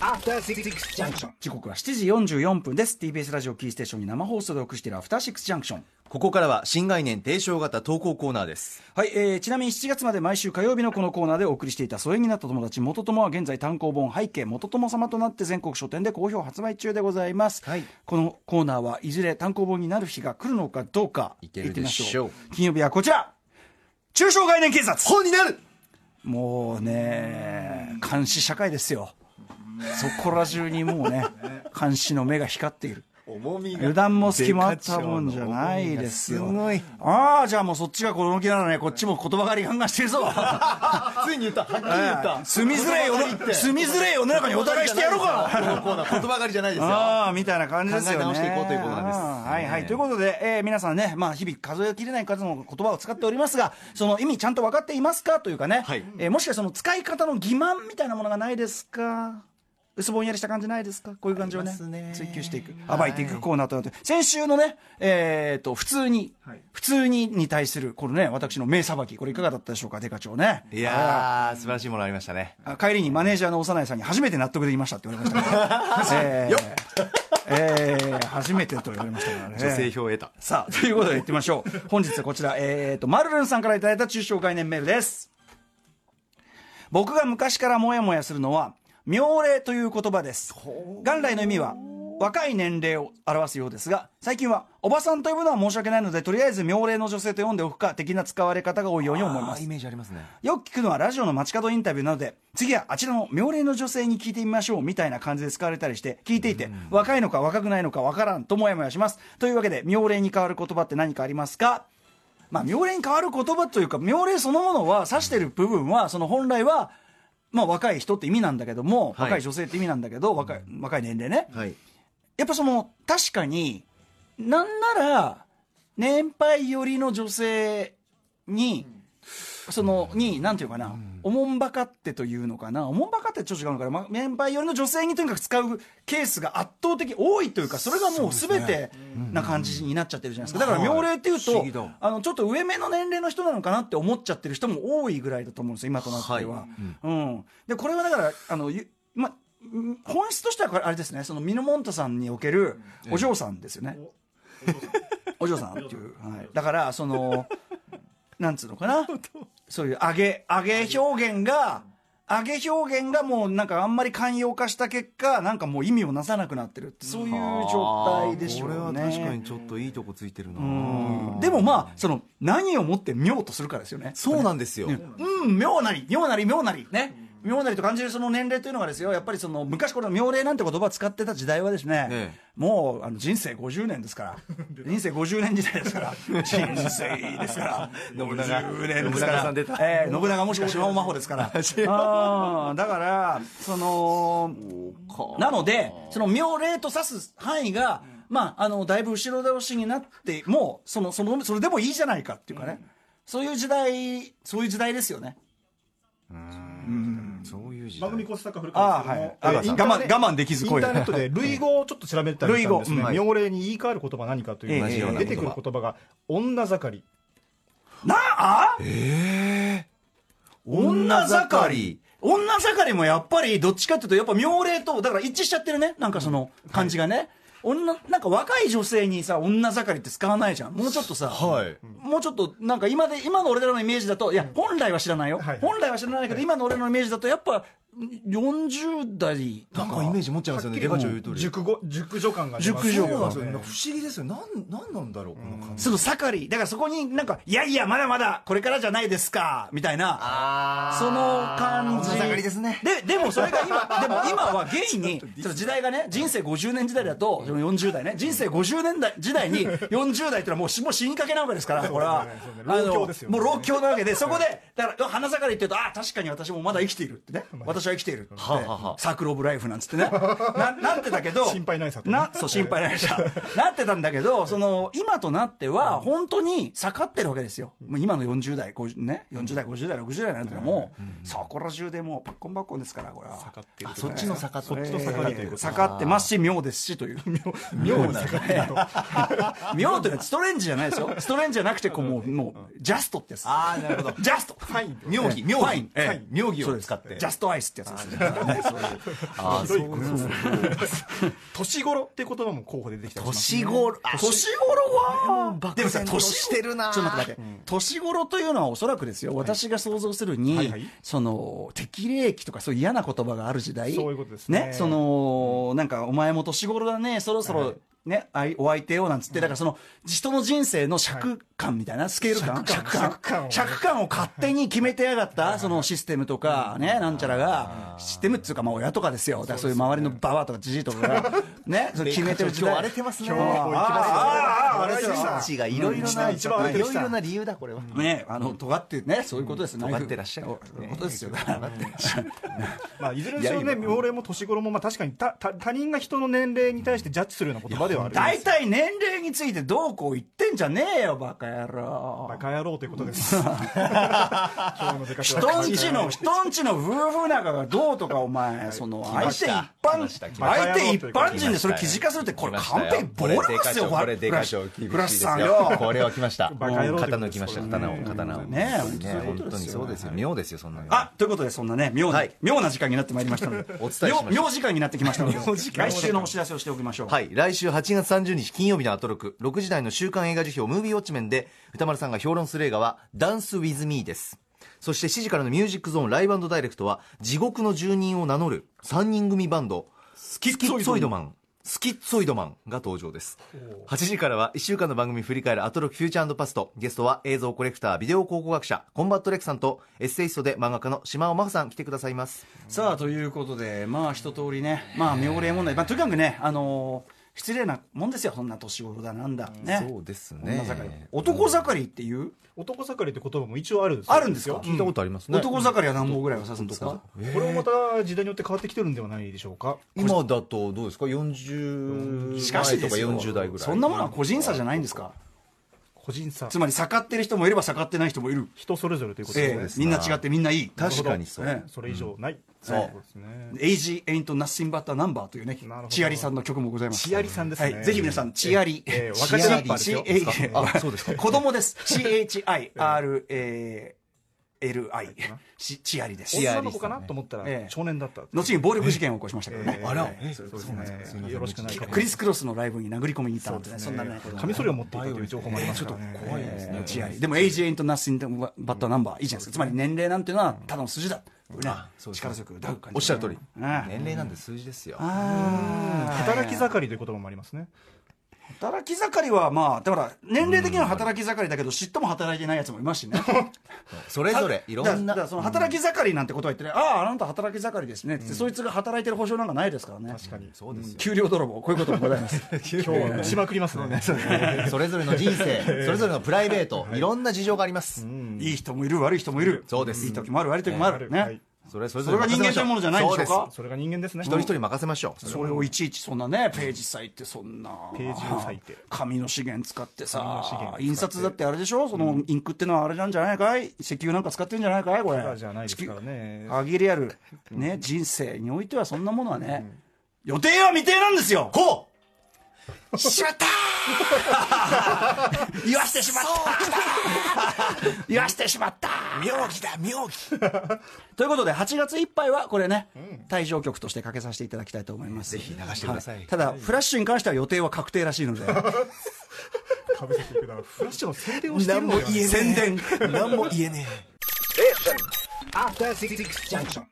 アフターシックスジャンクション時刻は7時44分です TBS ラジオキーステーションに生放送でお送りしているアフターシックスジャンクションここからは新概念提唱型投稿コーナーですはい、えーちなみに7月まで毎週火曜日のこのコーナーでお送りしていた疎遠になった友達元友は現在単行本背景元友様となって全国書店で好評発売中でございます、はいこのコーナーはいずれ単行本になる日が来るのかどうかいけるでしょう行ってみま金曜日はこちら中小概念警察本になるもうね監視社会ですよそこら中にもうね監視の目が光っている重み油断も隙もあったもんじゃないですよ。すごいああ、じゃあもうそっちがこの気ならね、こっちも言葉狩りガンガンしてるぞ。ついに言ったはっきり言った住みづれえ世の、住みづれえ世の中にお互いしてやろうこのか。コーナー言葉狩りじゃないですよああ、みたいな感じですよね。考え直していこうということなんですあーはいはい。ということで、えー皆さんね、まあ日々数えきれない数の言葉を使っておりますが、その意味ちゃんと分かっていますかというかね、はいえーもしかその使い方の欺瞞みたいなものがないですか薄ぼんやりした感じないですかこういう感じをねありますね追求していくはい暴いていくコーナーとなって、先週のねえっと普通に、普通にに対するこのね私の名さばきこれいかがだったでしょうかデカ長ねいやー素晴らしいものありましたねあ帰りにマネージャーの幼いさんに初めて納得できましたって言われました から、えーえー初めてと言われましたからね女性票を得た さあということでいってみましょう本日はこちら、えー、とマルルンさんからいただいた中小概念メールです僕が昔からモヤモヤするのは妙齢という言葉です元来の意味は若い年齢を表すようですが最近はおばさんと呼ぶのは申し訳ないのでとりあえず妙齢の女性と呼んでおくか的な使われ方が多いように思いまあーすイメージありますねよく聞くのはラジオの街角インタビューなどで次はあちらの妙齢の女性に聞いてみましょうみたいな感じで使われたりして聞いていて、若いのか若くないのかわからんともやもやしますというわけで妙齢に変わる言葉って何かありますかまあ妙齢に変わる言葉というか妙齢そのものは指してる部分はその本来はまあ若い人って意味なんだけども、はい若い女性って意味なんだけど若い若い年齢ね、はいやっぱその確かになんなら年配寄りの女性に、そのになんていうかな、おもんばかってというのかなおもんばかってちょっと違うのかな、ま、年配寄りの女性にとにかく使うケースが圧倒的多いというかそれがもう全てな感じになっちゃってるじゃないですか、だから妙齢っていう不と、思議だあのちょっと上目の年齢の人なのかなって思っちゃってる人も多いぐらいだと思うんですよ今となっては、はいうんでこれはだからあのゆまうん本質としてはこれあれですねそのミノモンタさんにおけるお嬢さんですよね、お嬢さんっていう、はい、だからそのなんつうのかなそういう上げ上げ表現が上げ表現がもうなんかあんまり寛容化した結果なんかもう意味をなさなくなってるってそういう状態でしょうねあーこれは確かにちょっといいとこついてるなうんでもまあその何をもって妙とするかですよねそうなんですようん、妙なり、妙なり、妙なり、ね。妙なりと感じるその年齢というのがですよ、やっぱりその昔この妙齢なんて言葉を使ってた時代はですね、ええもうあの人生50年ですから、人生50年時代ですから、人生ですから、信長50信年ですか長さらん出た、ええ信長もしくは島尾真帆ですから、 あーだから、その、なので、その妙齢と指す範囲が、まあ、あの、だいぶ後ろ倒しになって、もう、その、その、それでもいいじゃないかっていうかね。そういう時代、そういう時代ですよね。そういう時代番組コスタッカー古あ川あ、はい。ですけども我慢、我慢できずイン声ターネットで類語をちょっと調べたりしたんです類ね語う。ん妙齢に言い換える言葉は何かというええのが出てくる言葉が女盛り。なあ女盛り。女盛りもやっぱりどっちかっていうとやっぱ妙齢とだから一致しちゃってるねなんかその感じがね、女なんか若い女性にさ女盛りって使わないじゃんもうちょっとさ、はいもうちょっとなんか今で今の俺らのイメージだといや本来は知らないよ、はい本来は知らないけど、今の俺らのイメージだとやっぱ40代となんかイメージ持っちゃいますよねデカチョウ言うとおり熟語、熟女感が出ますね。熟そう女なん感ですよね不思議ですよなんなんなんだろうこの感じその盛りだからそこになんかいやいやまだまだこれからじゃないですかみたいなあその感じ女盛りですねででもそれが今でも今は現にその時代がね人生50年時代だとその40代ね人生50年代時代に40代ってのはもうしもう死にかけなわけですからこれはそうですねあの老朽ですよねもう老朽なわけでそこでだから花盛りって言うとあ確かに私もまだ生きているってね私は生きているってはあはあはあサークル・オブ・ライフなんつってねななんてだけど心配ないさとな そう心配ないさなってたんだけどその今となっては本当に下がってるわけですよもう今の40代50、ね、40代50代60代なんてのはもうそこら中でもうパッコンパッコンですからこれは盛ってるあそっちの坂そっちの盛りということ。下がってますし妙ですしという妙に盛ってると。 妙というのはストレンジじゃないですよストレンジじゃなくてこうもうもうジャストってやつあーなるほどジャストファイン妙義妙義ええ妙義そうをです使ってジャストアイススってやつですよね。ああひどいそうことなんですね 年頃って言葉も候補で出てきたりしますね年頃あ年頃は漠然としてるなでもさ年頃ちょっと待って待って、年頃というのはおそらくですよ、私が想像するに、はいはいその適齢期とかそういう嫌な言葉がある時代そういうことですねそのなんかお前も年頃だねそろそろ、はいね、あいお相手をなんつって、だからその人の人生の尺感みたいな、スケール感、尺感尺感を尺感を勝手に決めてやがった、そのシステムとか、ね、なんちゃらが、システムっていうか、まあ親とかですよ、だからそういう周りのババアとかじじいとか が、ね、それ決めてる時代。今日荒れてますねあー今日も行きますよあーあーあー荒れてるスイッチがいろいろな、うん一番い一ろい番ろな理由だ、これは。ねあの、尖ってね、そういうことですね。尖ってらっしゃるそういうことですよ。 だからまあ、いずれにしろね、いや妙齢も年頃も、まあ、確かにたた他人が人の年齢に対してジャッジするような言葉ではあるんで大す。体年齢についてどうこう言ってんじゃねえよ、バカ野郎バ。カ野郎ということ です。今日の出かけ人んちの、人んちの夫婦仲がどうとか、お前、その、相ま手し一た般、来ました来ました相手一般人でそれ記事化するって、これ完璧暴力ですよ、これでかい賞、これでフかラいッシ賞厳しいでュさんすよよ。これは来ました。バカ野郎ってこと刀抜ですきました、刀を、刀を。ねえ本当にねそういうこ本と当ですによそうですよ。妙ですよ、そんなの。あということで、そんなね、妙な、はい妙な時間になってまいりましたので、お伝えしました妙妙時間になってきましたので、時間来週のお知らせをしておきましょう。はい、来週8月30日金曜日のアトロク6時台の週刊映画辞表「ムービーウォッチメン」で歌丸さんが評論する映画は「ダンス・ウィズ・ミー」ですそして7時からの「ミュージックゾーンライブダイレクト」は地獄の住人を名乗る3人組バンドスキッツォイドマンスキッツォイドマンが登場です8時からは1週間の番組振り返るアトロクフューチャーパストゲストは映像コレクタービデオ考古学者コンバットレクさんとエッセイストで漫画家の島尾真帆さん来てくださいますさあということでまあ一通りねまあ妙齢問題、まあ、とにかくねあのー失礼なもんですよそんな年頃だなんだねそうですね女盛り男盛りっていう男盛りって言葉も一応あるんですあるんですか聞いたことありますね男盛りは何本ぐらいを指すんですかこれもまた時代によって変わってきてるんではないでしょうか。今だとどうですか40代しかしとでかすよ40代ぐらいそんなものは個人差じゃないんですか個人差つ、まり盛ってる人もいれば盛ってない人もいる、人それぞれということええですす。みんな違ってみんないい確かにそうえそれ以上ない。そうですね。え Age ain't nothing but a number というねなるほどチアリさんの曲もございますチアリさんですはね。い、ぜひ皆さん、チアリ。えー若手ラッパーですよ CH 使ってあそうですか 子供です。CHIRLI。しチアリです。チアリ女の子かなと思ったええら少年だった。後に暴力事件を起こしましたけどね。えええそうそうですなんですかね。よろしくないかもクリス・クロスのライブに殴り込みに行ったなんてね、そんなね。カミソリを持っていたという情報もありますからね。ちょっと怖いえーチアリ。でも、エイジ・エイント・ナッシング・バット・ナンバー、いいじゃないですか。つまり、年齢なんてのは、ただの数字だ。ねあそうです力強く歌う感じ。おっしゃる通りああ年齢なんで数字ですよあー働き盛りという言葉もありますね。働き盛りは、まあ、だから、年齢的には働き盛りだけど、嫉妬も働いてないやつもいますし ね。それぞれいろんだだなからその働き盛りなんてことは言ってね、ああ、あなた働き盛りですねって、そいつが働いてる保証なんかないですからね。確かに。そうですよ給料泥棒、こういうこともございます。 今日は打ちまくりますね。それぞれの人 生それぞれのプライベートいろんな事情がありますいい人もいる、悪い人もいる。そうですいい時もある、悪い時もある。はいはいね。それそれそれが人間というものじゃないんでしょうそかですそれが人間ですね。一人一人任せましょうそれをいちいちそんなね、ページ割いて、そんな。ページを割いて紙の資源使って紙の資さ源使、って印刷だってあれでしょそのインクってのはあれなんじゃないかい石油なんか使ってんじゃないかいこれ。じゃないですからね。あげりある、ね、人生においてはそんなものはね、予定は未定なんですよほうしまったー言わしてしまった言わしてしまった妙義だ妙義ということで8月いっぱいはこれね、退場曲としてかけさせていただきたいと思いますぜひ流してくださいはただフラッシュに関しては予定は確定らしいのでかぶせていくだろう。フラッシュの宣伝をしてるのではない宣伝何も言えねえ After Six Junction.